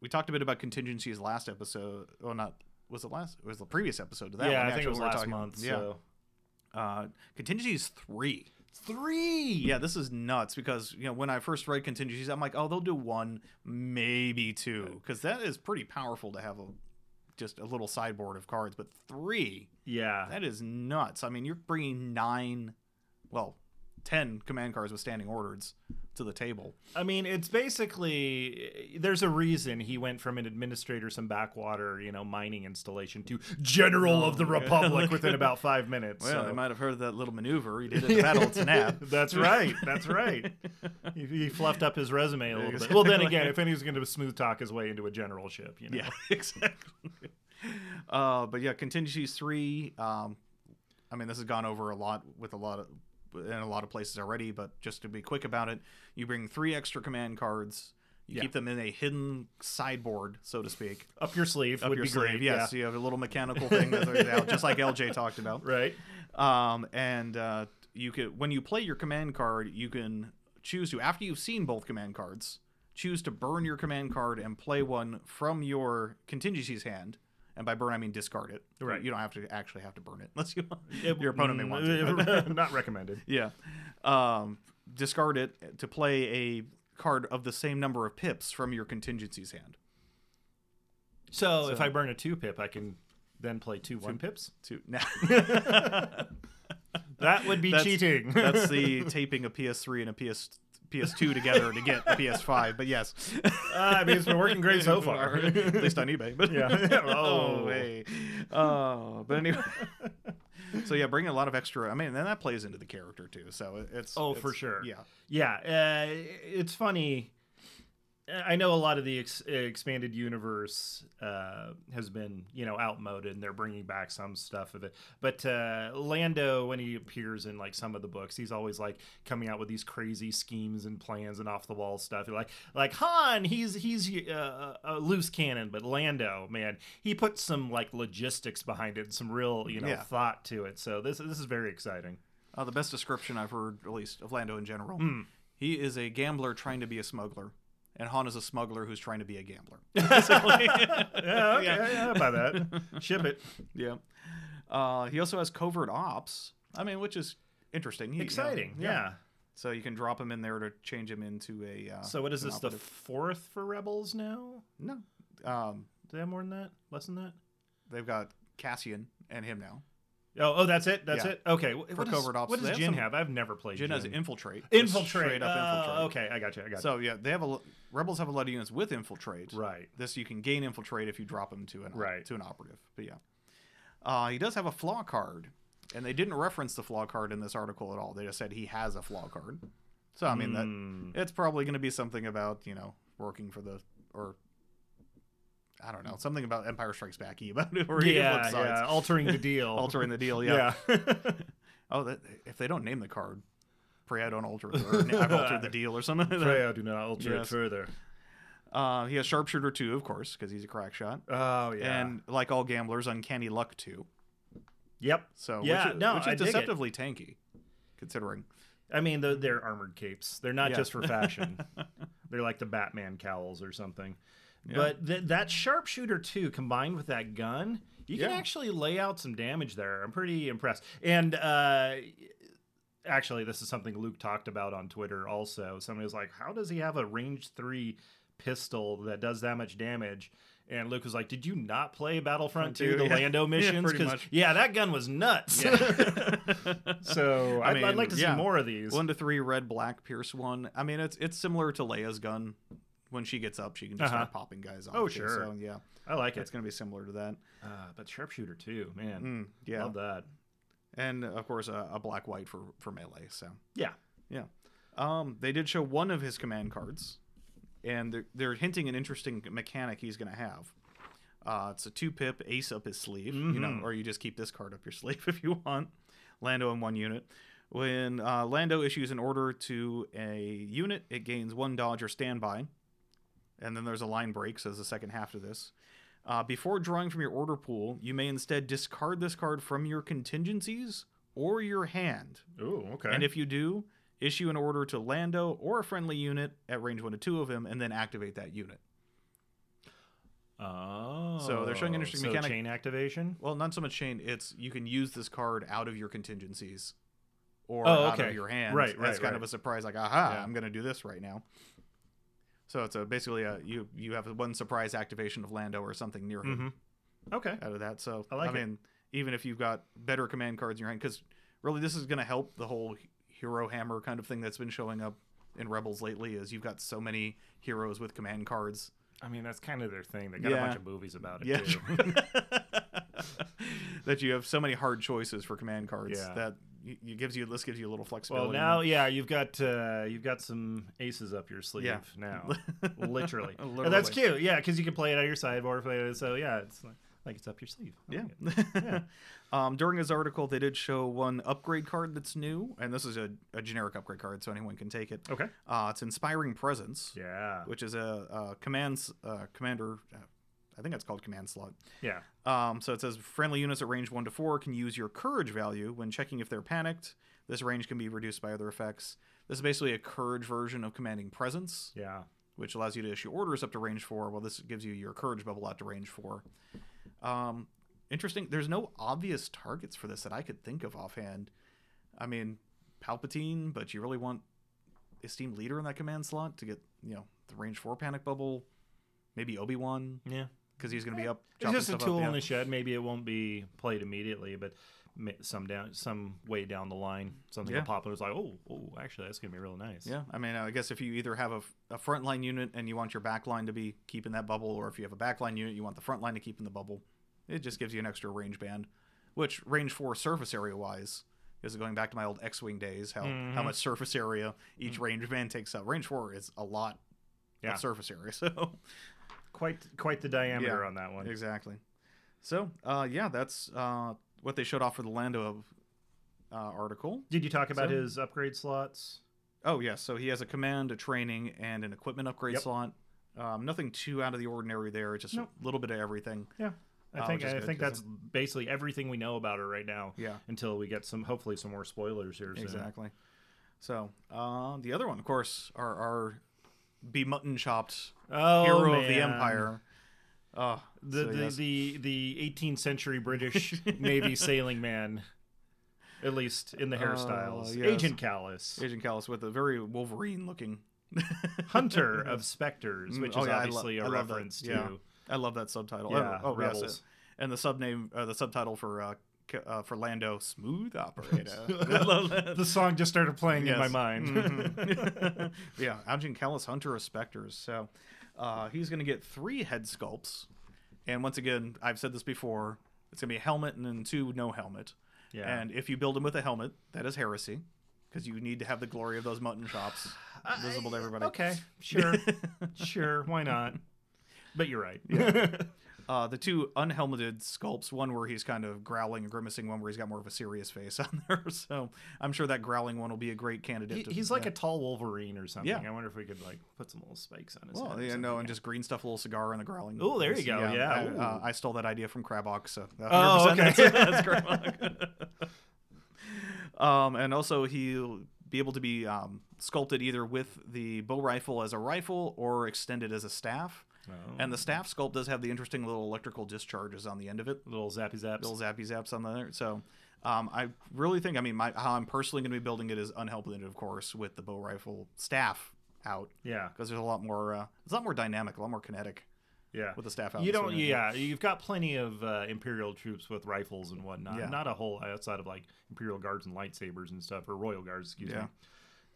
we talked a bit about contingencies last episode. Well, not was it last? Was the previous episode to that? yeah, one, I think actually, it was we were last talking- month. Yeah, So. uh, contingencies three. Three. Yeah, this is nuts because you know when I first read contingencies, I'm like, oh, they'll do one, maybe two, because that is pretty powerful to have a just a little sideboard of cards. But three, Yeah. that is nuts. I mean, you're bringing nine, well, ten command cards with standing orders to the table. I mean, it's basically there's a reason he went from an administrator, some backwater, you know, mining installation to general of the okay. republic within about five minutes. Well, so. they might have heard of that little maneuver he did in the Battle of Tanab. That's right. That's right. he, he fluffed up his resume a little bit. Well, then Exactly. again, if anyone's going to smooth talk his way into a generalship, you know. Yeah, exactly. Uh, but yeah, contingencies three. Um, I mean, this has gone over a lot with a lot of in a lot of places already. But just to be quick about it, you bring three extra command cards. You Yeah. keep them in a hidden sideboard, so to speak, Up your sleeve would your be sleeve. great. Yes, Yeah. you have a little mechanical thing that's laid out, just like LJ talked about. Right. Um, and uh, you could when you play your command card, you can choose to after you've seen both command cards, choose to burn your command card and play one from your contingencies hand. And by burn, I mean discard it. Right. You don't have to actually have to burn it unless you your opponent may want to. Mm, Not recommended. yeah. Um, discard it to play a card of the same number of pips from your contingencies hand. So, if I burn a two pip, I can then play two one pips. To now. That would be That's- cheating. That's the taping a PS3 and a PS PS2 together to get a PS5. But yes, Uh, I mean, it's been working great so far. at least on eBay. But Yeah. oh, Oh. hey. Oh, but anyway. so yeah, bring a lot of extra. I mean, then that plays into the character too. So it- it's Oh, it's- for sure. Yeah. Yeah, uh, it's funny. I know a lot of the ex- expanded universe uh, has been, you know, outmoded, and they're bringing back some stuff of it. But uh, Lando, when he appears in like some of the books, he's always like coming out with these crazy schemes and plans and off the wall stuff. Like, like Han, he's he's uh, a loose cannon, but Lando, man, he put some like logistics behind it, some real, you know, Yeah. thought to it. So this this is very exciting. Uh, the best description I've heard, at least of Lando in general, Hmm. he is a gambler trying to be a smuggler, and Han is a smuggler who's trying to be a gambler. Yeah, okay, yeah, I buy that. Ship it. yeah. Uh, he also has covert ops. I mean, which is interesting. He- you know, Exciting, yeah. So you can drop him in there to change him into a. Uh, So what is an this? The operative. fourth for Rebels now? no. Um, Do they have more than that? Less than that? they've got Cassian and him now. Oh, oh, that's it. That's Yeah. it. Okay. wh- For what does- covert ops, What does they have Jin some- have? I've never played Jin Jin. has infiltrate. just infiltrate. Straight up Uh, infiltrate. Okay, I got you. I got So yeah, they have a l- rebels have a lot of units with infiltrate. you. Right. This you can gain infiltrate if you drop them to an Right. to an operative. But yeah, uh, he does have a flaw card, and they didn't reference the flaw card in this article at all. They just said he has a flaw card. So I mean Mm. that it's probably going to be something about you know working for the or I don't know something about Empire Strikes Backy about it or Evil yeah, Excites. yeah, altering the deal. altering the deal. Yeah. yeah. Oh, that, if they don't name the card, pray I don't alter it, or I've altered the deal or something. Like that. Freya, do not alter Yes. it further. Uh, he has sharpshooter two, of course, because he's a crack shot, Oh yeah. and like all gamblers, uncanny luck two. yep. So Yeah, which, is- no, which I is dig it. deceptively tanky, considering. I mean, the, they're armored capes. They're not Yeah. just for fashion. they're like the Batman cowls or something. Yeah. But th- that sharpshooter too, combined with that gun, you can Yeah. actually lay out some damage there. I'm pretty impressed. And uh, actually, this is something Luke talked about on Twitter. Also, somebody was like, "How does he have a range three pistol that does that much damage?" And Luke was like, "Did you not play Battlefront 2, Two, the yeah. Lando missions? pretty much. yeah, that gun was nuts." so I I'd, I'd mean, like to see yeah. more of these. one to three red black pierce one. I mean, it's it's similar to Leia's gun. When she gets up, she can just Uh-huh. start popping guys off. Oh, too. sure. So, yeah, I like it's it. going to be similar to that. Uh, but sharpshooter too, man. Mm, yeah, Love that. and of course a, a black white for for melee. So Yeah. yeah, um, they did show one of his command cards, and they're, they're hinting an interesting mechanic he's going to have. Uh, it's a two pip ace up his sleeve, you know, Mhm. or you just keep this card up your sleeve if you want. Lando in one unit. When uh, Lando issues an order to a unit, it gains one dodge or standby. And then there's a line break, so there's a second half to this. Uh, before drawing from your order pool, you may instead discard this card from your contingencies or your hand. Ooh, okay. And if you do, issue an order to Lando or a friendly unit at range one to two of him, and then activate that unit. oh, So they're showing interesting so mechanic- chain activation. Well, not so much chain. It's you can use this card out of your contingencies or Oh, out okay. of your hand. Right, That's right, kind right. of a surprise. Like, aha, Yeah. I'm going to do this right now. So it's a, basically a you you have one surprise activation of Lando or something near him. Mm-hmm. Okay. out of that. So I like it. mean, even if you've got better command cards in your hand, because really this is going to help the whole hero hammer kind of thing that's been showing up in Rebels lately. Is you've got so many heroes with command cards. I mean, that's kind of their thing. They got a Yeah. bunch of movies about it Yeah. too. that you have so many hard choices for command cards Yeah. that y- you gives you this gives you a little flexibility. Well, now, yeah, you've got uh, you've got some aces up your sleeve Yeah. now, literally. Literally. And that's cute, yeah, because you can play it out of your sideboard. Play it, so yeah, it's like, like it's up your sleeve. I Yeah. like it. um, during his article, they did show one upgrade card that's new, and this is a, a generic upgrade card, so anyone can take it. Okay. Uh, it's Inspiring Presence. Yeah. which is a, a commands uh, commander. Uh, I think that's called command slot. Yeah. Um, so it says friendly units at range one to four can use your courage value when checking if they're panicked. This range can be reduced by other effects. This is basically a courage version of commanding presence, Yeah. which allows you to issue orders up to range four. Well, this gives you your courage bubble out to range four. Um, interesting. There's no obvious targets for this that I could think of offhand. I mean, Palpatine, but you really want esteemed leader in that command slot to get you know the range four panic bubble. Maybe Obi Wan Yeah. because he's going to be up. Eh, It's chopping just a stuff up, tool yeah. in the shed. Maybe it won't be played immediately, but ma- some down, some way down the line, something Yeah. will pop up. It's like, oh, oh, actually, that's gonna be real nice. Yeah, I mean, I guess if you either have a, f- a front line unit and you want your back line to be keeping that bubble, or if you have a back line unit, you want the front line to keep in the bubble, it just gives you an extra range band, which range four surface area wise is going back to my old X Wing days, how, how Mhm. much surface area each range band takes up. Range four is a lot Yeah. of surface area, so quite quite the diameter Yeah. on that one. exactly. So, uh, yeah, that's uh, what they showed off for the Lando uh, article. Did you talk about So- his upgrade slots? Oh yes, so he has a command, a training, and an equipment upgrade Yep. slot. Um, nothing too out of the ordinary there. Just Nope. a little bit of everything. Yeah, I Oh, think which is I good, think 'cause that's basically everything we know about her right now. Yeah. until we get some hopefully some more spoilers here soon. Exactly. So uh, the other one, of course, are our be mutton chopped Oh, hero of the man. empire. Oh, The, so the, yes. the the 18th century British Navy sailing man, at least in the hairstyles. Oh, yes. Agent Callus. Agent Callus with a very Wolverine looking. Hunter of Spectres, Mm, which oh, is yeah, I lo- obviously I a love that. reference Yeah. to I love that subtitle. Yeah, oh, yes, Rebels. and the subname, uh, the subtitle for uh, uh, for Lando, smooth operator. the song just started playing in my Yes. mind. Mhm. yeah, Algin Callis, Hunter of Spectres. So uh, he's going to get three head sculpts. And once again, I've said this before it's going to be a helmet and then two no helmet. Yeah. And if you build him with a helmet, that is heresy because you need to have the glory of those mutton shops visible to everybody. Okay, sure, sure, why not? But you're right. Uh, the two unhelmeted sculpts, one where he's kind of growling and grimacing, one where he's got more of a serious face on there. So I'm sure that growling one will be a great candidate. He- to, he's like a tall Wolverine or something. Yeah. I wonder if we could like put some little spikes on his Well, head. or yeah, something. no, and just green stuff, a little cigar, and the growling. Ooh, there you go, yeah, I, ooh. uh, I stole that idea from Crabhawk. So, Oh, 100% okay. That's, that's Crabhawk. um, and also he'll be able to be um, sculpted either with the bow rifle as a rifle or extended as a staff. Oh. And the staff sculpt does have the interesting little electrical discharges on the end of it, little zappy zaps. little zappy zaps on there. So. Um, I really think, I mean, my, how I'm personally going to be building it is unhelped, of course, with the bow rifle staff out yeah, because there's a lot more uh, it's a lot more dynamic, a lot more kinetic yeah. with the staff out. You in the don't. swing. Yeah, you've got plenty of uh, Imperial troops with rifles and whatnot. Yeah. Not a whole outside of like Imperial guards and lightsabers and stuff, or Royal guards. Excuse Yeah. me.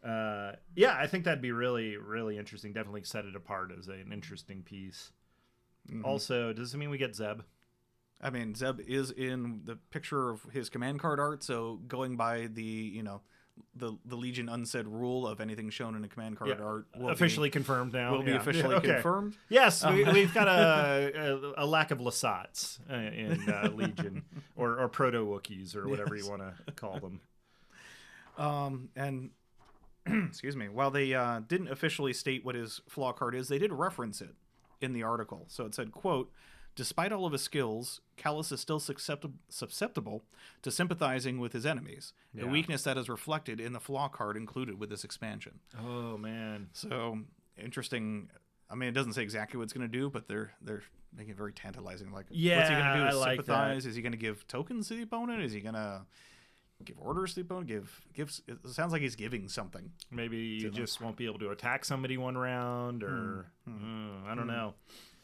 Uh, yeah, I think that'd be really, really interesting. Definitely set it apart as an interesting piece. Mhm. Also, does this mean we get Zeb? I mean, Zeb is in the picture of his command card art, so going by the you know the the Legion unsaid rule of anything shown in a command card Yeah, art will be- officially confirmed now. will be Yeah. officially Okay. confirmed. Uh-huh. Yes, we, we've got a, a, a lack of Lasats uh, in uh, Legion or, or proto Wookiees or whatever you want to call them. Um, and excuse me, while they uh, didn't officially state what his flaw card is, they did reference it in the article. So it said, "quote." Despite all of his skills, Callus is still susceptible, susceptible to sympathizing with his enemies, a Yeah. weakness that is reflected in the flaw card included with this expansion. Oh man, So interesting. I mean, it doesn't say exactly what it's going to do, but they're they're making it very tantalizing. Like, what's he going to Yeah, do? I Is like that. sympathize? Is he going to give tokens to the opponent? Is he going to give orders to the opponent? Give gives. It sounds like he's giving something. maybe you Didn't- just won't be able to attack somebody one round, or Mm, I don't know.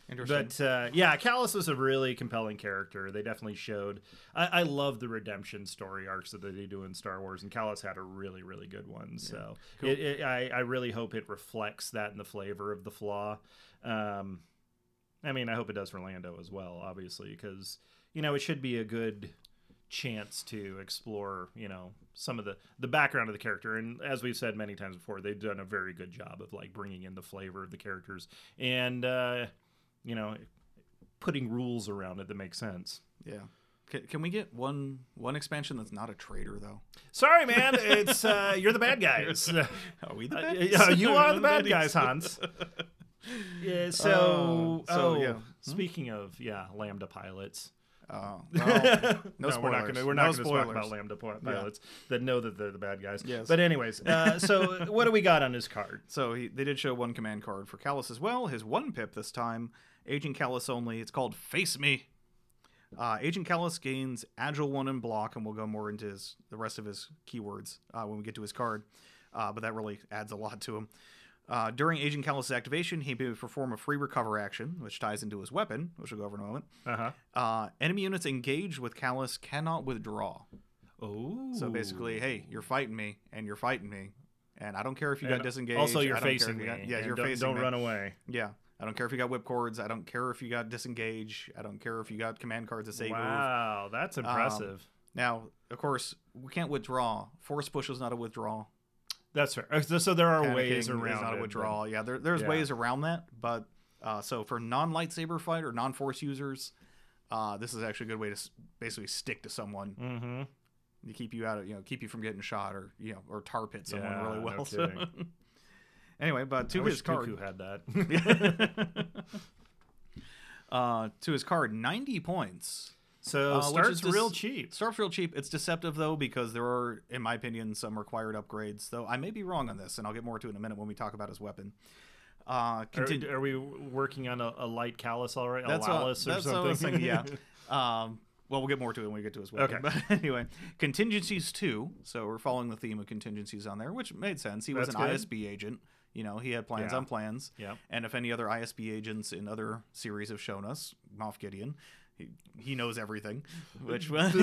Interesting. But uh, yeah, Callus is a really compelling character. They definitely showed. I, I love the redemption story arcs that they do in Star Wars, and Callus had a really, really good one. So it, it, I, I really hope it reflects that in the flavor of the flaw. Um, I mean, I hope it does for Lando as well, obviously, because you know it should be a good chance to explore you know some of the the background of the character and as we've said many times before they've done a very good job of like bringing in the flavor of the characters and uh you know putting rules around it that make sense yeah. Can, can we get one one expansion that's not a traitor though? sorry man it's uh you're the bad guys Uh, Are we the yeah, bad? you are the bad baddies? guys hans yeah so, Uh, so, oh, yeah. speaking of yeah lambda pilots Oh, well, no, we're no, not spoilers. gonna we're No not gonna spoilers. talk about lambda pil- pilots that know that they're the bad guys Yes. but anyways uh, so what do we got on his card So he, they did show one command card for Callus as well. His one pip this time, Agent Callus only. It's called Face Me. Uh, Agent Callus gains Agile One and Block, and we'll go more into his, the rest of his keywords uh, when we get to his card. Uh, but that really adds a lot to him. Uh, during Agent Callus's activation, he may perform a free recover action, which ties into his weapon, which we'll go over in a moment. uh-huh Uh, enemy units engaged with Callus cannot withdraw. oh So basically, hey, you're fighting me, and you're fighting me, and I don't care if you got disengaged. also I you're don't care if facing you me got- yeah, and you're don't, facing don't me. run away Yeah. I don't care if you got whip cords. I don't care if you got disengage. I don't care if you got command cards that say move. wow that's Um, impressive Now, of course, we can't withdraw. Force push is not a withdrawal. That's fair. Uh, So, so there are Panicking ways is around not it, a but- withdrawal. Yeah, there, there's Yeah. ways around that. But uh, so for non lightsaber fight or non force users, uh, this is actually a good way to s- basically stick to someone Mhm. to keep you out of you know keep you from getting shot or you know or tar pit someone Yeah, really no well. So- kidding. anyway, but I to wish his card, Cuckoo had that. uh, to his card, ninety points. so Uh, which is starts real dis- cheap. Starf's real cheap. It's deceptive though because there are, in my opinion, some required upgrades. Though I may be wrong on this, and I'll get more to it in a minute when we talk about his weapon. Uh, Are, continue. are we working on a, a light callus already? That's a what- lallus or that's what I was something? thinking, yeah. um, well, we'll get more to it when we get to his weapon. Okay. But anyway, contingencies too. So we're following the theme of contingencies on there, which made sense. He was That's an good. ISB agent. You know, he had plans Yeah. on plans. Yep. And if any other ISB agents in other series have shown us, Moff Gideon, He, he knows everything, which was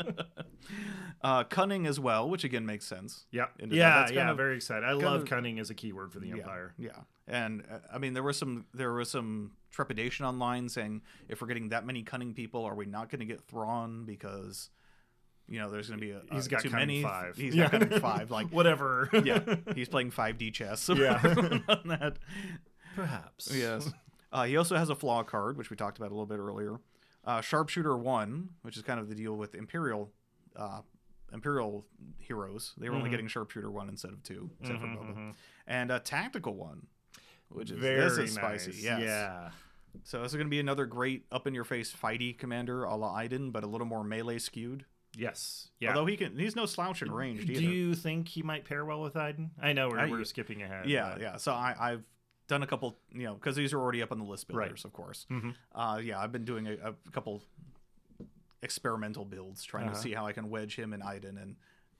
uh, cunning as well, which again makes sense. Yeah, Into that. yeah, That's kind yeah. of- Very excited. I love of- cunning as a keyword for the Yeah, Empire. Yeah, and uh, I mean there was some there was some trepidation online saying if we're getting that many cunning people, are we not going to get Thrawn because you know there's going to be a, He's a- got Uh, too cunning many. five. He's Yeah. got cunning five. Like Whatever. yeah, he's playing 5D chess. Yeah. on that. Perhaps. Yes. Uh, he also has a flaw card, which we talked about a little bit earlier. Uh, Sharpshooter one, which is kind of the deal with Imperial, uh, Imperial heroes. They were only Mhm. getting Sharpshooter one instead of two, except Mhm, for Boba. mhm. And a tactical one, which is Very this is spicy. nice. Yes. Yeah. So this is going to be another great up-in-your-face fighty commander, a la Iden, but a little more melee skewed. Yes. Yeah. Although he can, he's no slouch in ranged Do either. you think he might pair well with Iden? I know we're, I- we're skipping ahead. Yeah, but- yeah. So I, I've done a couple, you know, because these are already up on the list Right. builders, of course. Mhm. Uh, yeah, I've been doing a, a couple experimental builds, trying Uh-huh. to see how I can wedge him and Iden and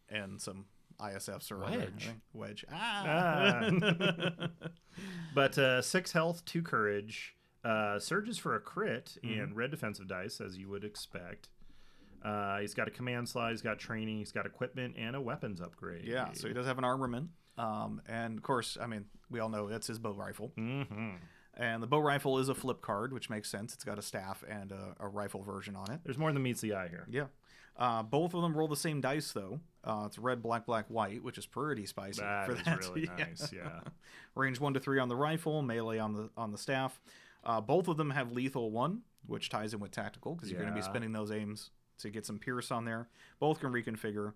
and some ISFs or other- Wedge? wedge. Ah. Ah. But uh, six health, two courage, uh, surges for a crit Mm-hmm. and red defensive dice, as you would expect. Uh, he's got a command slide, he's got training, he's got equipment, and a weapons upgrade. yeah. So he does have an armament, um, and of course, I mean, we all know that's his bow rifle, hmm and the bow rifle is a flip card, which makes sense. It's got a staff and a, a rifle version on it. There's more than meets the eye here. Yeah. Uh, both of them roll the same dice though. Uh, it's red, black, black, white, which is pretty spicy That for is that. really Yeah. nice. Yeah. Range one to three on the rifle, melee on the on the staff. Uh, both of them have lethal one, which ties in with tactical because you're going to be Yeah. spending those aims to get some pierce on there. Both can reconfigure.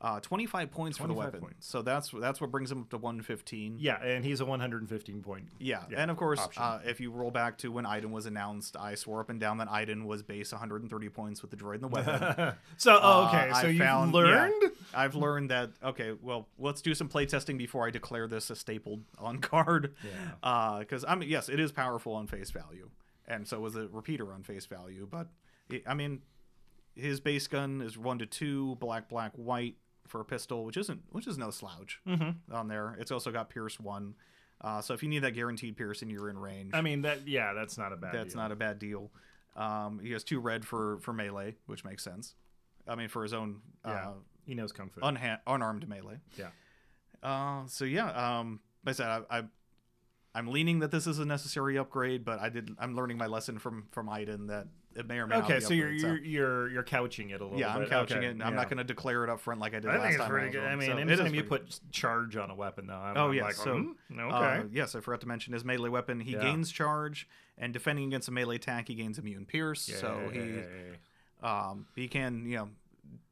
Uh, 25 points for the 25 weapon. points. So that's that's what brings them up to 115. Yeah, and he's a 115 point. Yeah, Yeah, and of course, option. uh, if you roll back to when Iden was announced, I swore up and down that Iden was base 130 points with the droid and the weapon. So, oh, okay, Uh, so I you found- yeah. learned? I've learned that. Okay, well, let's do some playtesting before I declare this a stapled on card. Yeah. Because I mean, yes, it is powerful on face value, and so was a repeater on face value. But it, I mean, his base gun is one to two, black, black, white for a pistol, which isn't which is no slouch Mm-hmm. on there. It's also got Pierce one. Uh, so if you need that guaranteed Pierce and you're in range, I mean, that. yeah, that's not a bad that's deal. not a bad deal. Um, he has two red for for melee, which makes sense. I mean, for his own Yeah. uh, he knows Kung Fu. unha- unarmed melee. Yeah. Uh, so yeah, um, like I said, I, I, I'm leaning that this is a necessary upgrade, but I did. I'm learning my lesson from from Iden that it may or may not. okay, be so you're, upgrade, you're you're you're couching it a little. yeah, I'm bit. couching Okay, it. And I'm yeah. not going to declare it up front like I did I last think it's time. pretty was good. on, I mean, so it is anytime you pretty put charge on a weapon, though, I'm, Oh, I'm yeah, like, so, "Hmm, good. okay, Uh, yes, I forgot to mention his melee weapon. He Yeah. gains charge, and defending against a melee attack, he gains immune pierce. So he Yay. um he can you know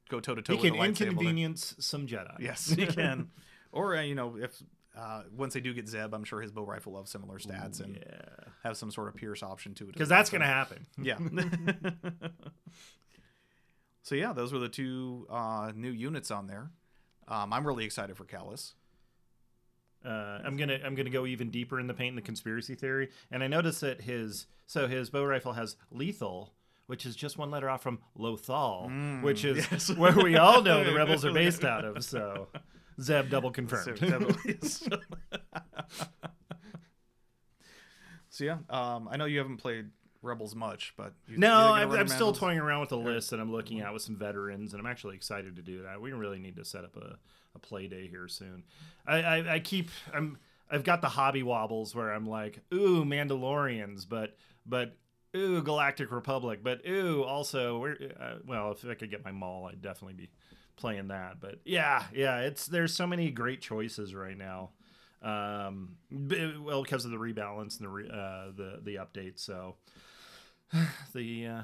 go toe to toe. he with can a lightsaber. inconvenience some Jedi. Yes, he can. or uh, you know, if uh, once they do get Zeb, I'm sure his bow rifle will have similar stats and yeah, have some sort of pierce option to it. as because well, that's so- gonna happen. Yeah. so yeah, those were the two uh, new units on there. Um, I'm really excited for Callus. Uh, I'm gonna I'm gonna go even deeper in the paint in the conspiracy theory, and I noticed that his so his bow rifle has lethal. Which is just one letter off from Lothal, which is Mm, yes. where we all know the rebels are based out of. So, Zeb double confirmed. So, so yeah, um, I know you haven't played Rebels much, but you, you No, thinking of I'm, I'm running still Rebels? toying around with the list that I'm looking at with some veterans, and I'm actually excited to do that. We really need to set up a, a play day here soon. I, I, I keep I'm I've got the hobby wobbles where I'm like, ooh, Mandalorians, but but ooh, Galactic Republic, but ooh, also we're uh, well, if I could get my mall, I'd definitely be playing that. But yeah, yeah, it's there's so many great choices right now. Um, b- well, because of the rebalance and the re, uh, the the update, so the uh,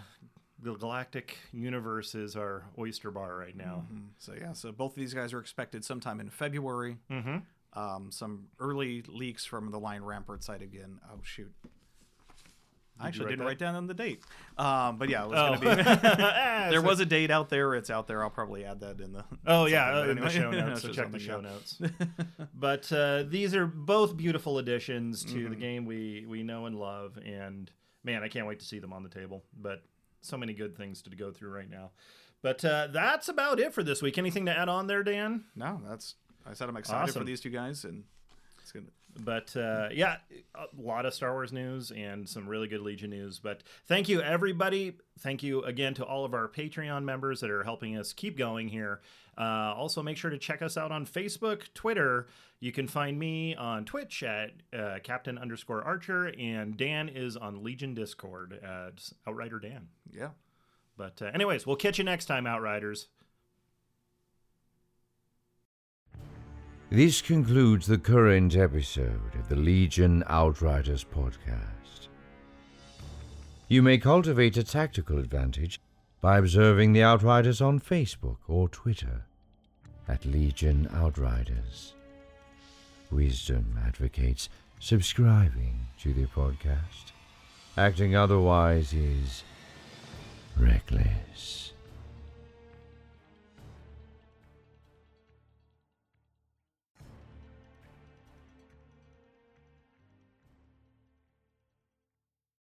the galactic universe is our oyster bar right now. Mhm. So yeah, so both of these guys are expected sometime in February. Mm-hmm. um, some early leaks from the Lion Rampart site again. Oh shoot. I actually write didn't that? write down the date, um, but yeah, it was Oh. gonna be. Ah, there so- was a date out there. It's out there. I'll probably add that in the. Oh yeah, something, uh, but in the anyway. show notes. It's so just check the show something, notes. but uh, these are both beautiful additions to the game we we know and love. And man, I can't wait to see them on the table. But so many good things to go through right now. But uh, that's about it for this week. Anything to add on there, Dan? yeah. No, that's. I said I'm excited Awesome. for these two guys, and It's gonna- But uh, yeah, a lot of Star Wars news and some really good Legion news. But thank you, everybody. Thank you again to all of our Patreon members that are helping us keep going here. Uh, also, make sure to check us out on Facebook, Twitter. You can find me on Twitch at uh, Captain underscore Archer, and Dan is on Legion Discord at Outrider Dan. yeah. But uh, anyways, we'll catch you next time, Outriders. This concludes the current episode of the Legion Outriders podcast. You may cultivate a tactical advantage by observing the Outriders on Facebook or Twitter at Legion Outriders. Wisdom advocates subscribing to the podcast. Acting otherwise is reckless.